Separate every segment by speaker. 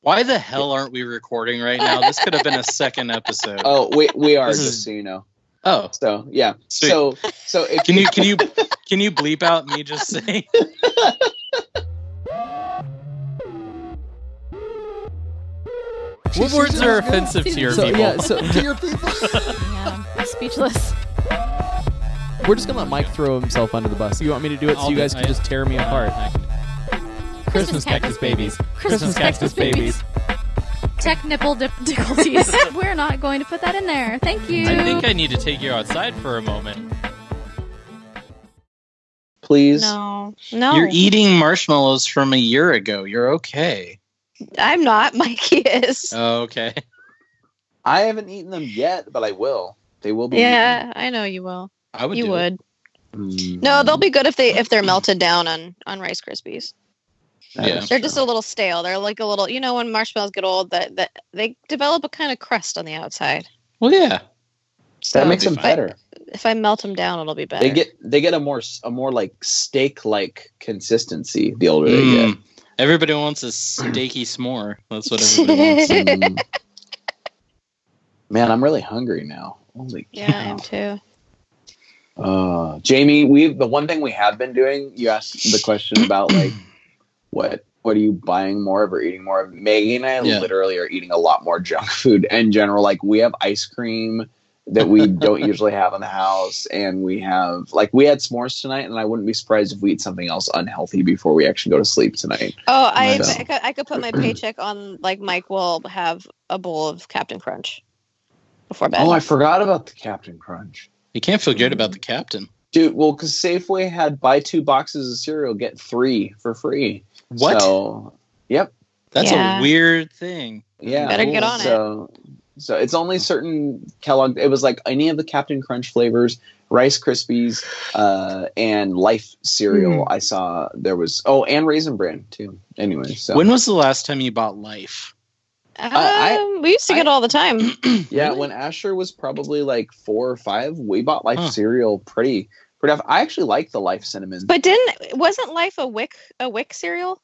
Speaker 1: Why the hell aren't we recording right now? This could have been a second episode.
Speaker 2: Oh, we we are
Speaker 1: This
Speaker 2: just
Speaker 1: is-
Speaker 2: so you know.
Speaker 1: Oh,
Speaker 2: So yeah.
Speaker 1: Sweet.
Speaker 2: So so if
Speaker 1: can you can you can you bleep out me just saying?
Speaker 3: What words are offensive to your
Speaker 4: so,
Speaker 3: people?
Speaker 4: Yeah, so to your people.
Speaker 5: Yeah, I'm speechless.
Speaker 4: We're just gonna let Mike throw himself under the bus. You want me to do it so
Speaker 3: I'll
Speaker 4: you
Speaker 3: do-
Speaker 4: guys can
Speaker 3: I-
Speaker 4: just tear me apart?
Speaker 3: Christmas cactus babies. Christmas cactus babies.
Speaker 5: Tech nipple dip- difficulties. We're not going to put that in there. Thank you.
Speaker 3: I think I need to take you outside for a moment.
Speaker 2: please
Speaker 6: No, no,
Speaker 1: You're eating marshmallows from a year ago. You're okay.
Speaker 6: I'm not. Mikey is.
Speaker 1: Oh, okay.
Speaker 2: I haven't eaten them yet, but I will. They will be
Speaker 6: yeah, I know you will.
Speaker 1: I would.
Speaker 6: You
Speaker 1: do
Speaker 6: would.
Speaker 2: eaten.
Speaker 6: No, they'll be good if they if they're melted down on on Rice Krispies.
Speaker 2: That
Speaker 1: Yeah.
Speaker 2: is
Speaker 6: They're
Speaker 2: true.
Speaker 6: just a little stale. They're like a little, you know, when marshmallows get old, that that they develop a kind of crust on the outside.
Speaker 1: It. Well, yeah.
Speaker 2: that
Speaker 6: so-
Speaker 2: makes them
Speaker 1: But-
Speaker 2: better.
Speaker 6: If I melt them down, it'll be better.
Speaker 2: They get they get a more s- a more like steak like consistency the older they
Speaker 1: Mm. Everybody wants a steaky s'more. That's what everybody wants.
Speaker 2: get. Mm. Man, I'm really hungry now. Holy
Speaker 6: yeah, I am too.
Speaker 2: Uh, Jamie, we the one thing we have been doing. You asked the question about like what what are you buying more of or eating more of? Maggie and I
Speaker 1: Yeah.
Speaker 2: literally are eating a lot more junk food in general. Like we have ice cream that we don't usually have in the house, and we have like we had s'mores tonight, and I wouldn't be surprised if we eat something else unhealthy before we actually go to sleep tonight.
Speaker 6: Oh, I,
Speaker 2: Nice.
Speaker 6: I, could, I could put my paycheck on like Mike will have a bowl of Captain Crunch before bed.
Speaker 2: Oh, I forgot about the Captain Crunch.
Speaker 1: You can't feel good about the captain.
Speaker 2: Dude, well, because Safeway had buy two boxes of cereal, get three for free.
Speaker 1: What?
Speaker 2: So, yep.
Speaker 1: That's
Speaker 6: Yeah.
Speaker 1: a weird thing.
Speaker 2: Yeah.
Speaker 6: Better get on it.
Speaker 2: so, So it's only certain Kellogg. It was like any of the Captain Crunch flavors, Rice Krispies, uh, and Life cereal. I saw there was oh, and Raisin Bran too. Anyway, so
Speaker 1: When was the last time you bought life?
Speaker 6: Um,
Speaker 2: I-
Speaker 6: we used to get it all the time.
Speaker 2: yeah, when Asher was probably like four or five, we bought Life
Speaker 1: Huh.
Speaker 2: cereal pretty pretty. Often. I actually like the Life cinnamon.
Speaker 6: But didn't wasn't Life a Wick a Wick cereal?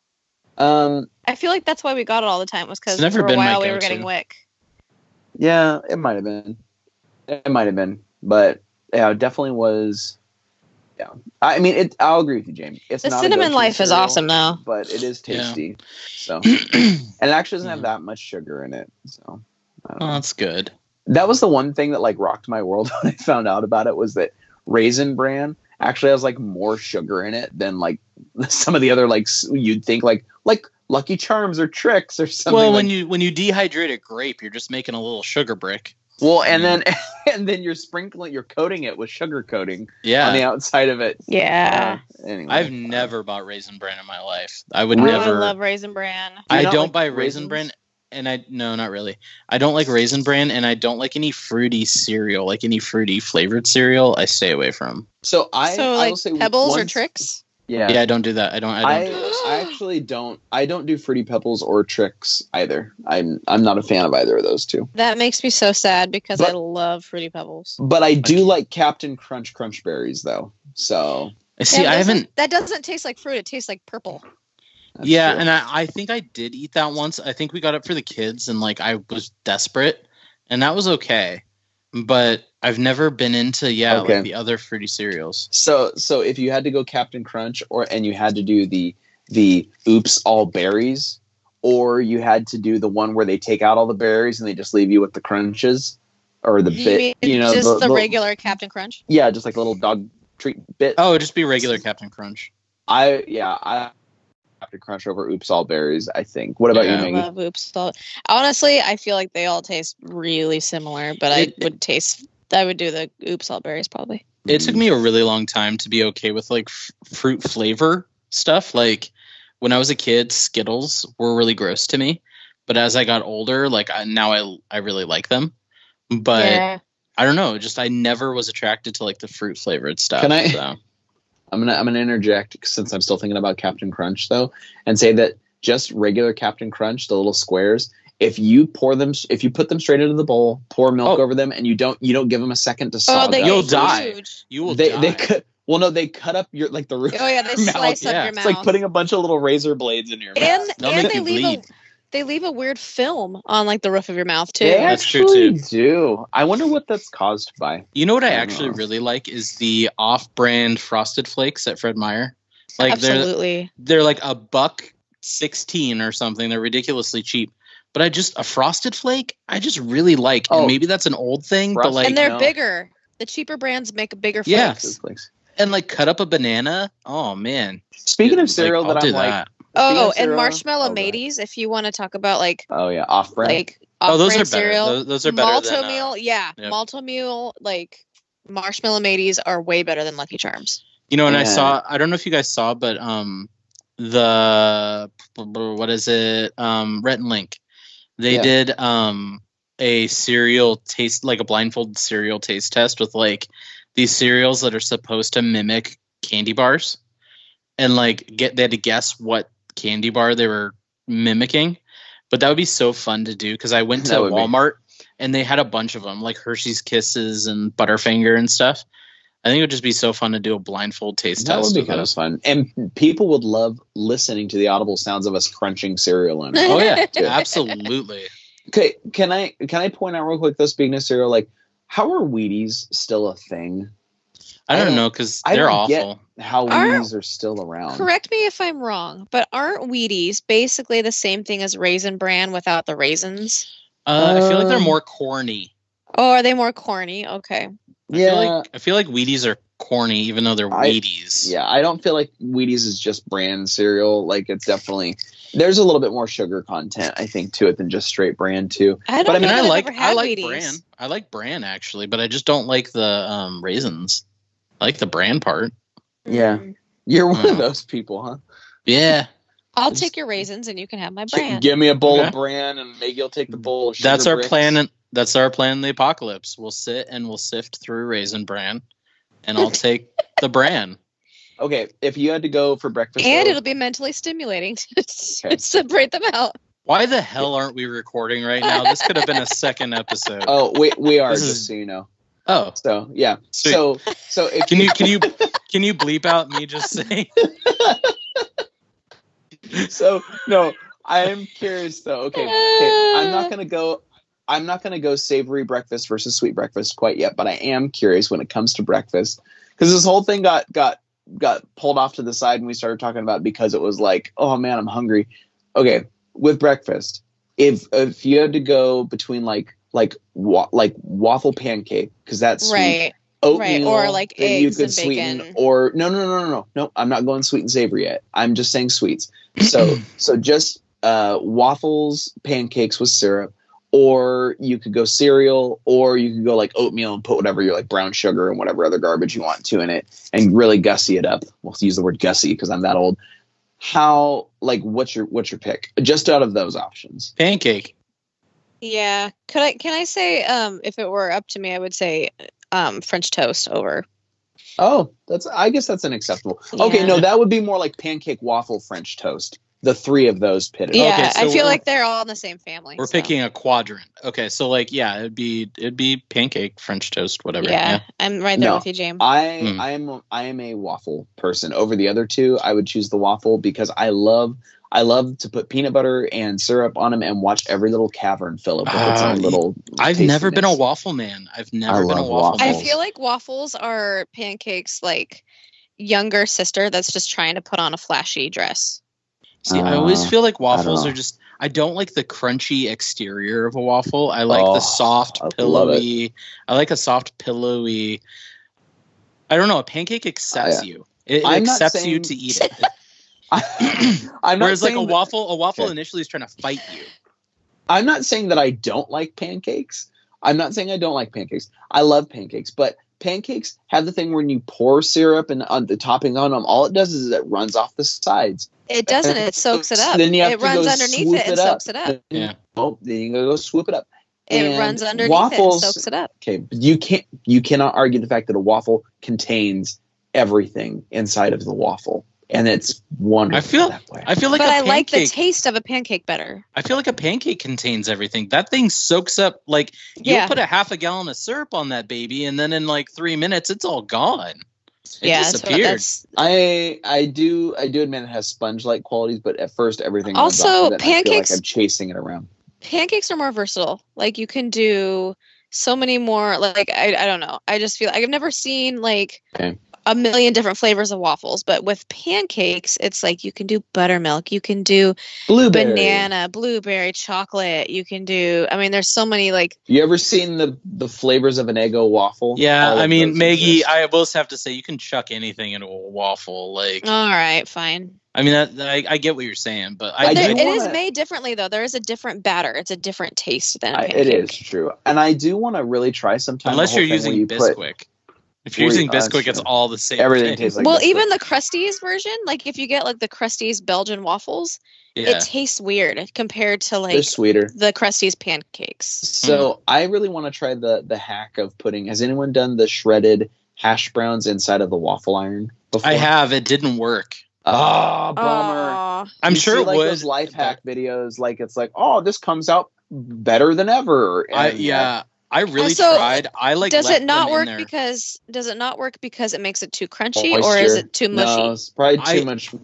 Speaker 2: um,
Speaker 6: I feel like that's why we got it all the time was because
Speaker 1: It's never
Speaker 6: for a
Speaker 1: been my
Speaker 6: while we were
Speaker 1: go-to.
Speaker 6: getting Wick.
Speaker 2: yeah, it might have been, it might have been, but yeah, it definitely was. Yeah, I mean, it. I'll agree with you, Jamie. It's
Speaker 6: The
Speaker 2: not a
Speaker 6: cinnamon
Speaker 2: go-to
Speaker 6: Life is
Speaker 2: cereal.
Speaker 6: awesome though.
Speaker 2: but it is
Speaker 1: Yeah.
Speaker 2: tasty. So,
Speaker 1: oh,
Speaker 2: and it actually doesn't have
Speaker 1: Mhm.
Speaker 2: that much sugar in it. So, I don't know.
Speaker 1: that's good.
Speaker 2: that was the one thing that like rocked my world when I found out about it was that raisin bran actually has like more sugar in it than like some of the other like s- you'd think like like Lucky Charms or Tricks or something.
Speaker 1: well, when
Speaker 2: like-
Speaker 1: you when you dehydrate a grape, you're just making a little sugar brick.
Speaker 2: well, and then and then you're sprinkling, you're coating it with sugar coating on the
Speaker 1: Yeah.
Speaker 2: outside of it.
Speaker 6: Yeah.
Speaker 2: Uh, anyway,
Speaker 1: I've never bought raisin bran in my life. I would
Speaker 2: Really?
Speaker 6: I
Speaker 1: never.
Speaker 6: love Raisin Bran.
Speaker 2: Do you
Speaker 1: I
Speaker 2: not
Speaker 1: don't
Speaker 2: like
Speaker 1: buy raisin
Speaker 2: raisins?
Speaker 1: bran, and I no, not really. I don't like raisin bran, and I don't like any fruity cereal, like any fruity flavored cereal. I stay away from.
Speaker 2: So I
Speaker 6: so
Speaker 2: I
Speaker 6: like
Speaker 2: will say
Speaker 6: Pebbles or
Speaker 2: one-
Speaker 6: Tricks.
Speaker 2: Yeah.
Speaker 1: Yeah, I don't do that. I don't. I don't.
Speaker 2: I,
Speaker 1: do
Speaker 6: those.
Speaker 2: I actually don't I don't do fruity pebbles or tricks either. I'm I'm not a fan of either of those two.
Speaker 6: That makes me so sad because
Speaker 2: But-
Speaker 6: I love Fruity Pebbles.
Speaker 2: But I do like Captain Crunch Crunch Berries though. So
Speaker 1: I see.
Speaker 6: That
Speaker 1: I
Speaker 6: doesn't-
Speaker 1: haven't.
Speaker 6: That doesn't taste like fruit. It tastes like purple.
Speaker 2: that's
Speaker 1: Yeah,
Speaker 2: cool.
Speaker 1: and I, I think I did eat that once. I think we got it for the kids, and like I was desperate, and that was okay. But I've never been into yeah
Speaker 2: Okay.
Speaker 1: like the other fruity cereals.
Speaker 2: so so if you had to go Captain Crunch or and you had to do the the oops all berries or you had to do the one where they take out all the berries and they just leave you with the crunches or the
Speaker 6: Do you
Speaker 2: bit
Speaker 6: mean
Speaker 2: you know
Speaker 6: just the, regular Captain Crunch.
Speaker 2: yeah just like a little dog treat bit
Speaker 1: Oh, it'd just be regular Captain Crunch.
Speaker 2: I yeah I Captain Crunch over oops all berries I think what about
Speaker 1: Yeah.
Speaker 2: you
Speaker 6: I
Speaker 2: Maggie?
Speaker 6: love Oops Salt. Honestly, I feel like they all taste really similar, but
Speaker 1: It-
Speaker 6: I would taste. I would do the Oops Salt berries probably.
Speaker 1: It
Speaker 2: Mm-hmm.
Speaker 1: took me a really long time to be okay with like f- fruit flavor stuff. Like when I was a kid, Skittles were really gross to me, but as I got older, like I, now I I really like them. But I don't know, just I never was attracted to like the fruit flavored stuff.
Speaker 2: Can I-
Speaker 1: so.
Speaker 2: I'm gonna I'm gonna interject since I'm still thinking about Captain Crunch though, and say that just regular Captain Crunch, the little squares. If you pour them, if you put them straight into the bowl, pour milk
Speaker 1: Oh.
Speaker 2: over them, and you don't you don't give them a second to
Speaker 6: Oh,
Speaker 2: soften,
Speaker 6: they
Speaker 1: get
Speaker 2: up,
Speaker 1: You'll
Speaker 6: get
Speaker 1: die.
Speaker 6: Huge.
Speaker 1: You will
Speaker 2: they
Speaker 1: die.
Speaker 2: they cut. Well, no, they cut up your like the roof.
Speaker 6: Oh yeah, they
Speaker 2: Mouth,
Speaker 6: slice up
Speaker 1: yeah.
Speaker 6: your
Speaker 2: It's
Speaker 6: mouth.
Speaker 2: like putting a bunch of little razor blades in your mouth.
Speaker 6: and
Speaker 1: They'll
Speaker 6: and
Speaker 1: make
Speaker 6: they
Speaker 1: you
Speaker 6: leave a,
Speaker 1: bleed.
Speaker 6: They leave a weird film on like the roof of your mouth too.
Speaker 2: They
Speaker 1: That's true,
Speaker 2: actually do. I wonder what that's caused by.
Speaker 1: You know what I
Speaker 2: I don't
Speaker 1: actually
Speaker 2: know.
Speaker 1: really like is the off-brand Frosted Flakes at Fred Meyer. Like they're
Speaker 6: Absolutely.
Speaker 1: they're like a buck sixteen or something. They're ridiculously cheap. But I just a Frosted Flake. I just really like.
Speaker 2: Oh.
Speaker 1: And maybe that's an old thing, but
Speaker 2: Frosted-
Speaker 1: like
Speaker 6: and they're
Speaker 2: no.
Speaker 6: bigger. The cheaper brands make bigger flakes.
Speaker 1: Yeah.
Speaker 2: Flakes.
Speaker 1: and like cut up a banana. Oh man.
Speaker 2: Speaking
Speaker 1: Like,
Speaker 2: of cereal
Speaker 1: I'll
Speaker 2: that
Speaker 1: do
Speaker 2: I'm like,
Speaker 1: that.
Speaker 6: Oh,
Speaker 2: Peanut
Speaker 1: uh,
Speaker 6: and
Speaker 2: Zero?
Speaker 6: marshmallow
Speaker 2: Oh, right.
Speaker 6: mateys. If you want to talk about like
Speaker 2: oh yeah, off brand.
Speaker 6: like
Speaker 1: Oh, those are
Speaker 6: off-brand
Speaker 1: better.
Speaker 6: cereal,
Speaker 1: Those, those are better
Speaker 6: Malto
Speaker 1: than, uh,
Speaker 6: meal, yeah,
Speaker 1: yep.
Speaker 6: Malto meal like marshmallow mateys are way better than Lucky Charms.
Speaker 1: You know, and I
Speaker 2: Yeah.
Speaker 1: saw I don't know if you guys saw, but um the what is it? Um Rhett and Link. They
Speaker 2: Yeah.
Speaker 1: did um a cereal taste like a blindfold cereal taste test with like these cereals that are supposed to mimic candy bars. And like get they had to guess what candy bar they were mimicking. But that would be so fun to do because I went to
Speaker 2: That would be-
Speaker 1: Walmart and they had a bunch of them, like Hershey's Kisses and Butterfinger and stuff. I think it would just be so fun to do a blindfold taste
Speaker 2: that
Speaker 1: test.
Speaker 2: would be
Speaker 1: of
Speaker 2: kind of
Speaker 1: those.
Speaker 2: fun, and people would love listening to the audible sounds of us crunching cereal in. it.
Speaker 1: Oh yeah,
Speaker 2: Yeah.
Speaker 1: absolutely.
Speaker 2: Okay, can I can I point out real quick though? Speaking of cereal, like how are Wheaties still a thing?
Speaker 1: I
Speaker 2: I
Speaker 1: don't
Speaker 2: don't-
Speaker 1: know because
Speaker 2: I
Speaker 1: they're
Speaker 2: don't get-
Speaker 1: awful.
Speaker 2: How
Speaker 6: Are-
Speaker 2: Wheaties are still
Speaker 1: Um,
Speaker 2: around?
Speaker 6: Correct me if I'm wrong, but aren't Wheaties basically the same thing as Raisin Bran without the raisins?
Speaker 1: Uh, I feel like they're
Speaker 2: Um,
Speaker 1: more corny.
Speaker 6: Oh, are they more corny? Okay.
Speaker 1: I
Speaker 2: Yeah,
Speaker 1: feel like I feel like Wheaties are corny, even though they're
Speaker 2: I-
Speaker 1: Wheaties.
Speaker 2: yeah. I don't feel like Wheaties is just brand cereal. Like it's definitely there's a little bit more sugar content I think to it than just straight brand too.
Speaker 6: I don't
Speaker 2: But I
Speaker 1: I mean,
Speaker 6: know
Speaker 1: I
Speaker 6: that I've
Speaker 1: like
Speaker 6: ever
Speaker 1: I
Speaker 6: had
Speaker 1: like
Speaker 6: Wheaties. Mm.
Speaker 1: Bran. I like Bran actually, but I just don't like the um, raisins. I like the Bran part.
Speaker 2: Yeah. You're one
Speaker 1: Mm.
Speaker 2: of those people, huh?
Speaker 1: Yeah,
Speaker 6: I'll
Speaker 2: Just-
Speaker 6: take your raisins and you can have my bran.
Speaker 2: Give me a bowl
Speaker 1: Okay.
Speaker 2: of bran, and maybe you'll take the bowl. Of sugar
Speaker 1: that's our
Speaker 2: bricks.
Speaker 1: plan. In, that's our plan in the apocalypse. We'll sit and we'll sift through raisin bran, and I'll take the bran.
Speaker 2: Okay, if you had to go for breakfast,
Speaker 6: and
Speaker 2: though-
Speaker 6: it'll be mentally stimulating to s-
Speaker 2: Okay.
Speaker 6: separate them out.
Speaker 1: Why the hell aren't we recording right now? This could have been a second episode.
Speaker 2: oh we we are
Speaker 1: This
Speaker 2: just
Speaker 1: is-
Speaker 2: so you know.
Speaker 1: Oh,
Speaker 2: So yeah,
Speaker 1: Sweet.
Speaker 2: so so if
Speaker 1: can you can you can you bleep out me just saying?
Speaker 2: so no, I'm curious though. Okay, okay, I'm not gonna go. I'm not gonna go savory breakfast versus sweet breakfast quite yet, but I am curious when it comes to breakfast because this whole thing got got got pulled off to the side and we started talking about it because it was like, oh man, I'm hungry. Okay, with breakfast, if if you had to go between like like wa- like waffle pancake because that's sweet,
Speaker 6: Right. Right,
Speaker 2: oatmeal,
Speaker 6: or, like,
Speaker 2: then
Speaker 6: eggs and
Speaker 2: sweeten
Speaker 6: bacon.
Speaker 2: or no no no no no no I'm not going sweet and savory yet I'm just saying sweets so so just uh, waffles pancakes with syrup or you could go cereal or you could go like oatmeal and put whatever you like brown sugar and whatever other garbage you want to in it and really gussy it up we'll use the word gussy because I'm that old how like what's your what's your pick just out of those options
Speaker 1: Pancake.
Speaker 6: Yeah. Could I can I say um if it were up to me I would say um French toast over.
Speaker 2: Oh, that's I guess that's unacceptable. Okay,
Speaker 6: Yeah.
Speaker 2: no, that would be more like pancake waffle French toast. The three of those pitted. up.
Speaker 6: Yeah,
Speaker 1: so
Speaker 6: I feel
Speaker 1: we're-
Speaker 6: like they're all in the same family.
Speaker 1: We're
Speaker 6: so.
Speaker 1: picking a quadrant. Okay, so like yeah, it'd be it'd be pancake, French toast, whatever.
Speaker 6: Yeah, I'm right there
Speaker 2: No.
Speaker 6: with you, James.
Speaker 2: Oh, I
Speaker 1: Hmm.
Speaker 2: I am I am a waffle person. Over the other two, I would choose the waffle because I love I love to put peanut butter and syrup on them and watch every little cavern fill up with its
Speaker 1: Ah,
Speaker 2: own little.
Speaker 1: I've
Speaker 2: tastiness.
Speaker 1: never been a waffle man. I've never been a
Speaker 2: love
Speaker 1: waffle.
Speaker 6: I
Speaker 1: Man.
Speaker 2: waffles.
Speaker 6: feel like waffles are pancakes like younger sister that's just trying to put on a flashy dress.
Speaker 1: See, I always
Speaker 2: Uh,
Speaker 1: feel like waffles
Speaker 2: know.
Speaker 1: are just. I don't like the crunchy exterior of a waffle. I like
Speaker 2: Oh,
Speaker 1: the soft,
Speaker 2: I love
Speaker 1: pillowy. I like a soft, pillowy. I don't know. A pancake accepts
Speaker 2: I-
Speaker 1: you. It
Speaker 2: Oh, I'm not
Speaker 1: accepts you
Speaker 2: saying-
Speaker 1: to eat it.
Speaker 2: I'm not
Speaker 1: Whereas like
Speaker 2: saying
Speaker 1: a
Speaker 2: that-
Speaker 1: waffle, a waffle
Speaker 2: Okay.
Speaker 1: initially is trying to fight you.
Speaker 2: I'm not saying that I don't like pancakes. I'm not saying I don't like pancakes. I love pancakes, but pancakes have the thing when you pour syrup and on the topping on them, all it does is it runs off the sides.
Speaker 6: It doesn't, it soaks it up.
Speaker 2: Then you have
Speaker 6: It
Speaker 2: to go
Speaker 6: runs underneath
Speaker 2: swoop
Speaker 6: it and
Speaker 2: it up.
Speaker 6: soaks it up.
Speaker 1: Yeah.
Speaker 2: Oh, then you gotta go swoop it up.
Speaker 6: It
Speaker 2: And
Speaker 6: runs underneath
Speaker 2: waffles-
Speaker 6: it and soaks it up.
Speaker 2: Okay, but you can't you cannot argue the fact that a waffle contains everything inside of the waffle, and it's wonderful
Speaker 1: I feel-
Speaker 2: that way.
Speaker 1: I feel like
Speaker 6: but
Speaker 1: a
Speaker 6: I like the
Speaker 1: pancake-
Speaker 6: taste of a pancake better.
Speaker 1: I feel like a pancake contains everything. That thing soaks up like you
Speaker 6: Yeah.
Speaker 1: put a half a gallon of syrup on that baby, and then in like three minutes, it's all gone. It
Speaker 6: yeah, that's what-
Speaker 1: disappeared.
Speaker 6: that's-
Speaker 2: I I do I do admit it has sponge like qualities, but at first everything runs
Speaker 6: Also,
Speaker 2: off of it, and I feel like
Speaker 6: pancakes-
Speaker 2: I'm chasing it around.
Speaker 6: pancakes are more versatile. Like you can do so many more. Like I, I don't know. I just feel like I've never seen like
Speaker 2: Okay.
Speaker 6: a million different flavors of waffles, but with pancakes, it's like you can do buttermilk, you can do
Speaker 2: Blueberry.
Speaker 6: banana, blueberry, chocolate. You can do. I mean, there's so many like
Speaker 2: You ever seen the the flavors of an Eggo waffle?
Speaker 1: yeah,
Speaker 2: All
Speaker 1: I
Speaker 2: of
Speaker 1: mean
Speaker 2: those
Speaker 1: Maggie,
Speaker 2: exist.
Speaker 1: I will have to say you can chuck anything into a waffle. Like,
Speaker 6: all right, fine.
Speaker 1: I mean, that, I, I get what you're saying, but I,
Speaker 2: I
Speaker 6: But
Speaker 2: do
Speaker 6: there,
Speaker 1: I,
Speaker 6: it is
Speaker 2: wanna-
Speaker 6: made differently though. There is a different batter. It's a different taste than a
Speaker 2: I-
Speaker 6: pancake.
Speaker 2: it is true, and I do want to really try sometime. the
Speaker 1: unless
Speaker 2: whole
Speaker 1: you're
Speaker 2: thing where
Speaker 1: using
Speaker 2: you put-
Speaker 1: Bisquick. if you're
Speaker 2: Where you-
Speaker 1: using
Speaker 2: oh, that's
Speaker 1: Bisquick, it's
Speaker 2: true.
Speaker 1: all the same.
Speaker 2: Everything
Speaker 1: thing.
Speaker 2: tastes like
Speaker 6: well,
Speaker 2: Bisquick.
Speaker 6: even the Krusty's version, like if you get like the Krusty's Belgian waffles,
Speaker 1: yeah.
Speaker 6: it tastes weird compared to
Speaker 2: they're
Speaker 6: like
Speaker 2: sweeter.
Speaker 1: Mm-hmm.
Speaker 6: the Krusty's pancakes.
Speaker 2: So I really want to try the the hack of putting. Has anyone done the shredded hash browns inside of the waffle iron before?
Speaker 1: I have. It didn't work.
Speaker 2: Oh, bummer.
Speaker 6: Aw.
Speaker 1: I'm
Speaker 2: You
Speaker 1: sure
Speaker 2: see,
Speaker 1: it
Speaker 2: like,
Speaker 1: would.
Speaker 2: Those life hack videos, like it's like, oh, this comes out better than ever.
Speaker 1: I
Speaker 2: And,
Speaker 1: yeah. I really
Speaker 6: uh, so,
Speaker 1: tried. I like.
Speaker 6: does
Speaker 1: left
Speaker 6: it not
Speaker 1: them in
Speaker 6: work
Speaker 1: there.
Speaker 6: because does it not work because it makes it too crunchy or is
Speaker 2: Moisture.
Speaker 6: it too
Speaker 2: uh,
Speaker 6: mushy?
Speaker 2: no, it's probably too
Speaker 1: I-
Speaker 2: much.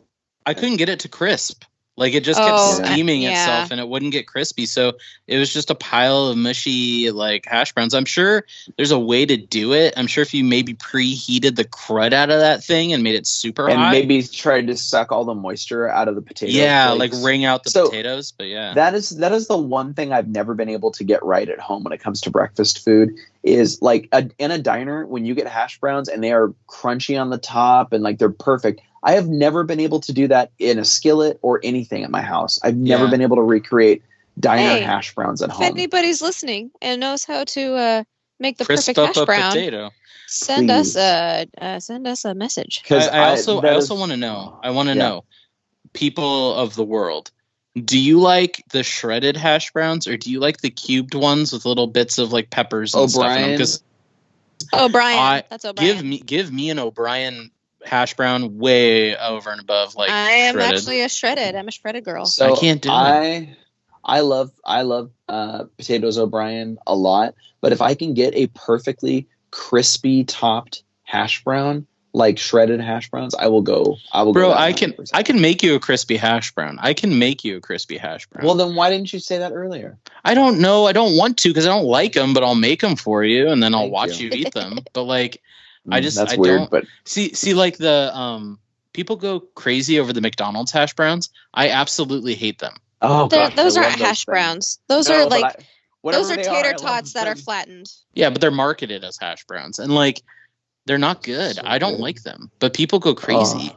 Speaker 1: I couldn't get it to crisp. Like it just kept
Speaker 6: Oh,
Speaker 2: I-
Speaker 1: steaming
Speaker 6: yeah.
Speaker 1: itself and it wouldn't get crispy. So it was just a pile of mushy like hash browns. I'm sure there's a way to do it. I'm sure if you maybe preheated the crud out of that thing and made it super
Speaker 2: And
Speaker 1: hot.
Speaker 2: maybe try to suck all the moisture out of the potato.
Speaker 1: yeah,
Speaker 2: flakes.
Speaker 1: like wring out the
Speaker 2: So-
Speaker 1: potatoes. But yeah.
Speaker 2: That is that is the one thing I've never been able to get right at home when it comes to breakfast food is like a, in a diner when you get hash browns and they are crunchy on the top and like they're perfect. I have never been able to do that in a skillet or anything at my house. I've never
Speaker 1: Yeah.
Speaker 2: been able to recreate diner
Speaker 6: Hey,
Speaker 2: hash browns at
Speaker 6: if
Speaker 2: home.
Speaker 6: anybody's listening and knows how to uh, make the
Speaker 1: crisp
Speaker 6: perfect
Speaker 1: up
Speaker 6: hash
Speaker 1: a
Speaker 6: brown,
Speaker 1: potato.
Speaker 6: send
Speaker 2: Please.
Speaker 6: us a uh, send us a message.
Speaker 1: I,
Speaker 2: 'Cause
Speaker 1: I also I
Speaker 2: that
Speaker 1: also
Speaker 2: is-
Speaker 1: want to know. I want to
Speaker 2: Yeah.
Speaker 1: know. People of the world, do you like the shredded hash browns or do you like the cubed ones with little bits of like peppers and stuff in them?
Speaker 2: O'Brien?
Speaker 1: 'Cause
Speaker 6: O'Brien,
Speaker 1: I-
Speaker 6: Oh, that's O'Brien.
Speaker 1: give me give me an O'Brien hash brown way over and above like
Speaker 6: I am
Speaker 1: shredded.
Speaker 6: actually a shredded. I'm a shredded girl.
Speaker 2: So
Speaker 1: I can't do it.
Speaker 2: I, I love I love uh, potatoes O'Brien a lot, but if I can get a perfectly crispy topped hash brown, like shredded hash browns, I will go. I will go.
Speaker 1: bro
Speaker 2: that
Speaker 1: I can
Speaker 2: 100%.
Speaker 1: I can make you a crispy hash brown. I can make you a crispy hash brown.
Speaker 2: Well, then why didn't you say that earlier?
Speaker 1: I don't know. I don't want to because I don't like them, but I'll make them for you and then I'll
Speaker 2: Thank
Speaker 1: watch you. eat them. But like I
Speaker 2: Mm,
Speaker 1: just-
Speaker 2: that's
Speaker 1: I
Speaker 2: weird,
Speaker 1: don't-
Speaker 2: but
Speaker 1: see see like the um people go crazy over the McDonald's hash browns. I absolutely hate them.
Speaker 2: oh,
Speaker 6: They're-
Speaker 2: gosh,
Speaker 6: those
Speaker 2: I
Speaker 6: aren't
Speaker 2: love those
Speaker 6: hash
Speaker 2: things.
Speaker 6: browns. Those
Speaker 2: No,
Speaker 6: are
Speaker 2: but
Speaker 6: like
Speaker 2: I- whatever
Speaker 6: those are
Speaker 2: they
Speaker 6: tater
Speaker 2: I love
Speaker 6: tots that are
Speaker 2: them.
Speaker 6: flattened.
Speaker 1: Yeah, but they're marketed as hash browns and like they're not good.
Speaker 2: So
Speaker 1: I don't
Speaker 2: good.
Speaker 1: like them, but people go crazy.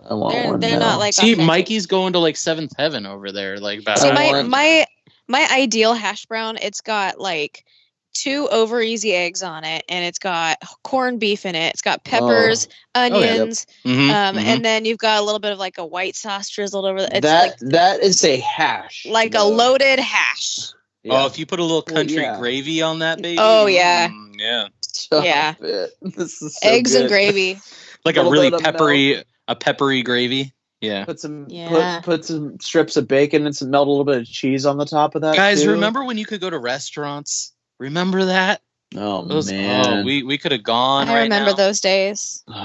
Speaker 2: Oh, I want
Speaker 6: They're
Speaker 2: one
Speaker 6: they're
Speaker 2: now.
Speaker 6: not like
Speaker 1: See,
Speaker 6: authentic.
Speaker 1: Mikey's going to like seventh heaven over there. Like, about
Speaker 6: See,
Speaker 2: I
Speaker 6: my
Speaker 2: want-
Speaker 6: my my ideal hash brown, it's got like two over easy eggs on it, and it's got corned beef in it. It's got peppers,
Speaker 2: Oh. yeah. Yep. Mm-hmm.
Speaker 6: onions,
Speaker 1: Mhm,
Speaker 6: um,
Speaker 1: mhm.
Speaker 6: and then you've got a little bit of like a white sauce drizzled over. The, it's
Speaker 2: that that is a hash,
Speaker 6: like like a
Speaker 2: though.
Speaker 6: loaded hash.
Speaker 2: Yeah.
Speaker 1: oh, if you put a little
Speaker 2: Well,
Speaker 1: country
Speaker 2: yeah.
Speaker 1: gravy on that baby.
Speaker 6: Oh, yeah.
Speaker 1: mm, yeah,
Speaker 2: Stop
Speaker 6: yeah.
Speaker 2: it. This is so
Speaker 6: Eggs and
Speaker 2: good.
Speaker 6: gravy.
Speaker 1: like a
Speaker 2: Little
Speaker 1: really
Speaker 2: bit of
Speaker 1: peppery, a peppery gravy. Yeah,
Speaker 2: Put some
Speaker 6: Yeah.
Speaker 2: put, put some strips of bacon and some melt a little bit of cheese on the top of that.
Speaker 1: guys,
Speaker 2: too.
Speaker 1: remember when you could go to restaurants? Remember that?
Speaker 2: Oh
Speaker 1: Those,
Speaker 2: man,
Speaker 1: oh, we we could have gone.
Speaker 6: I
Speaker 1: right
Speaker 6: remember
Speaker 1: now.
Speaker 6: those days.
Speaker 1: Yeah.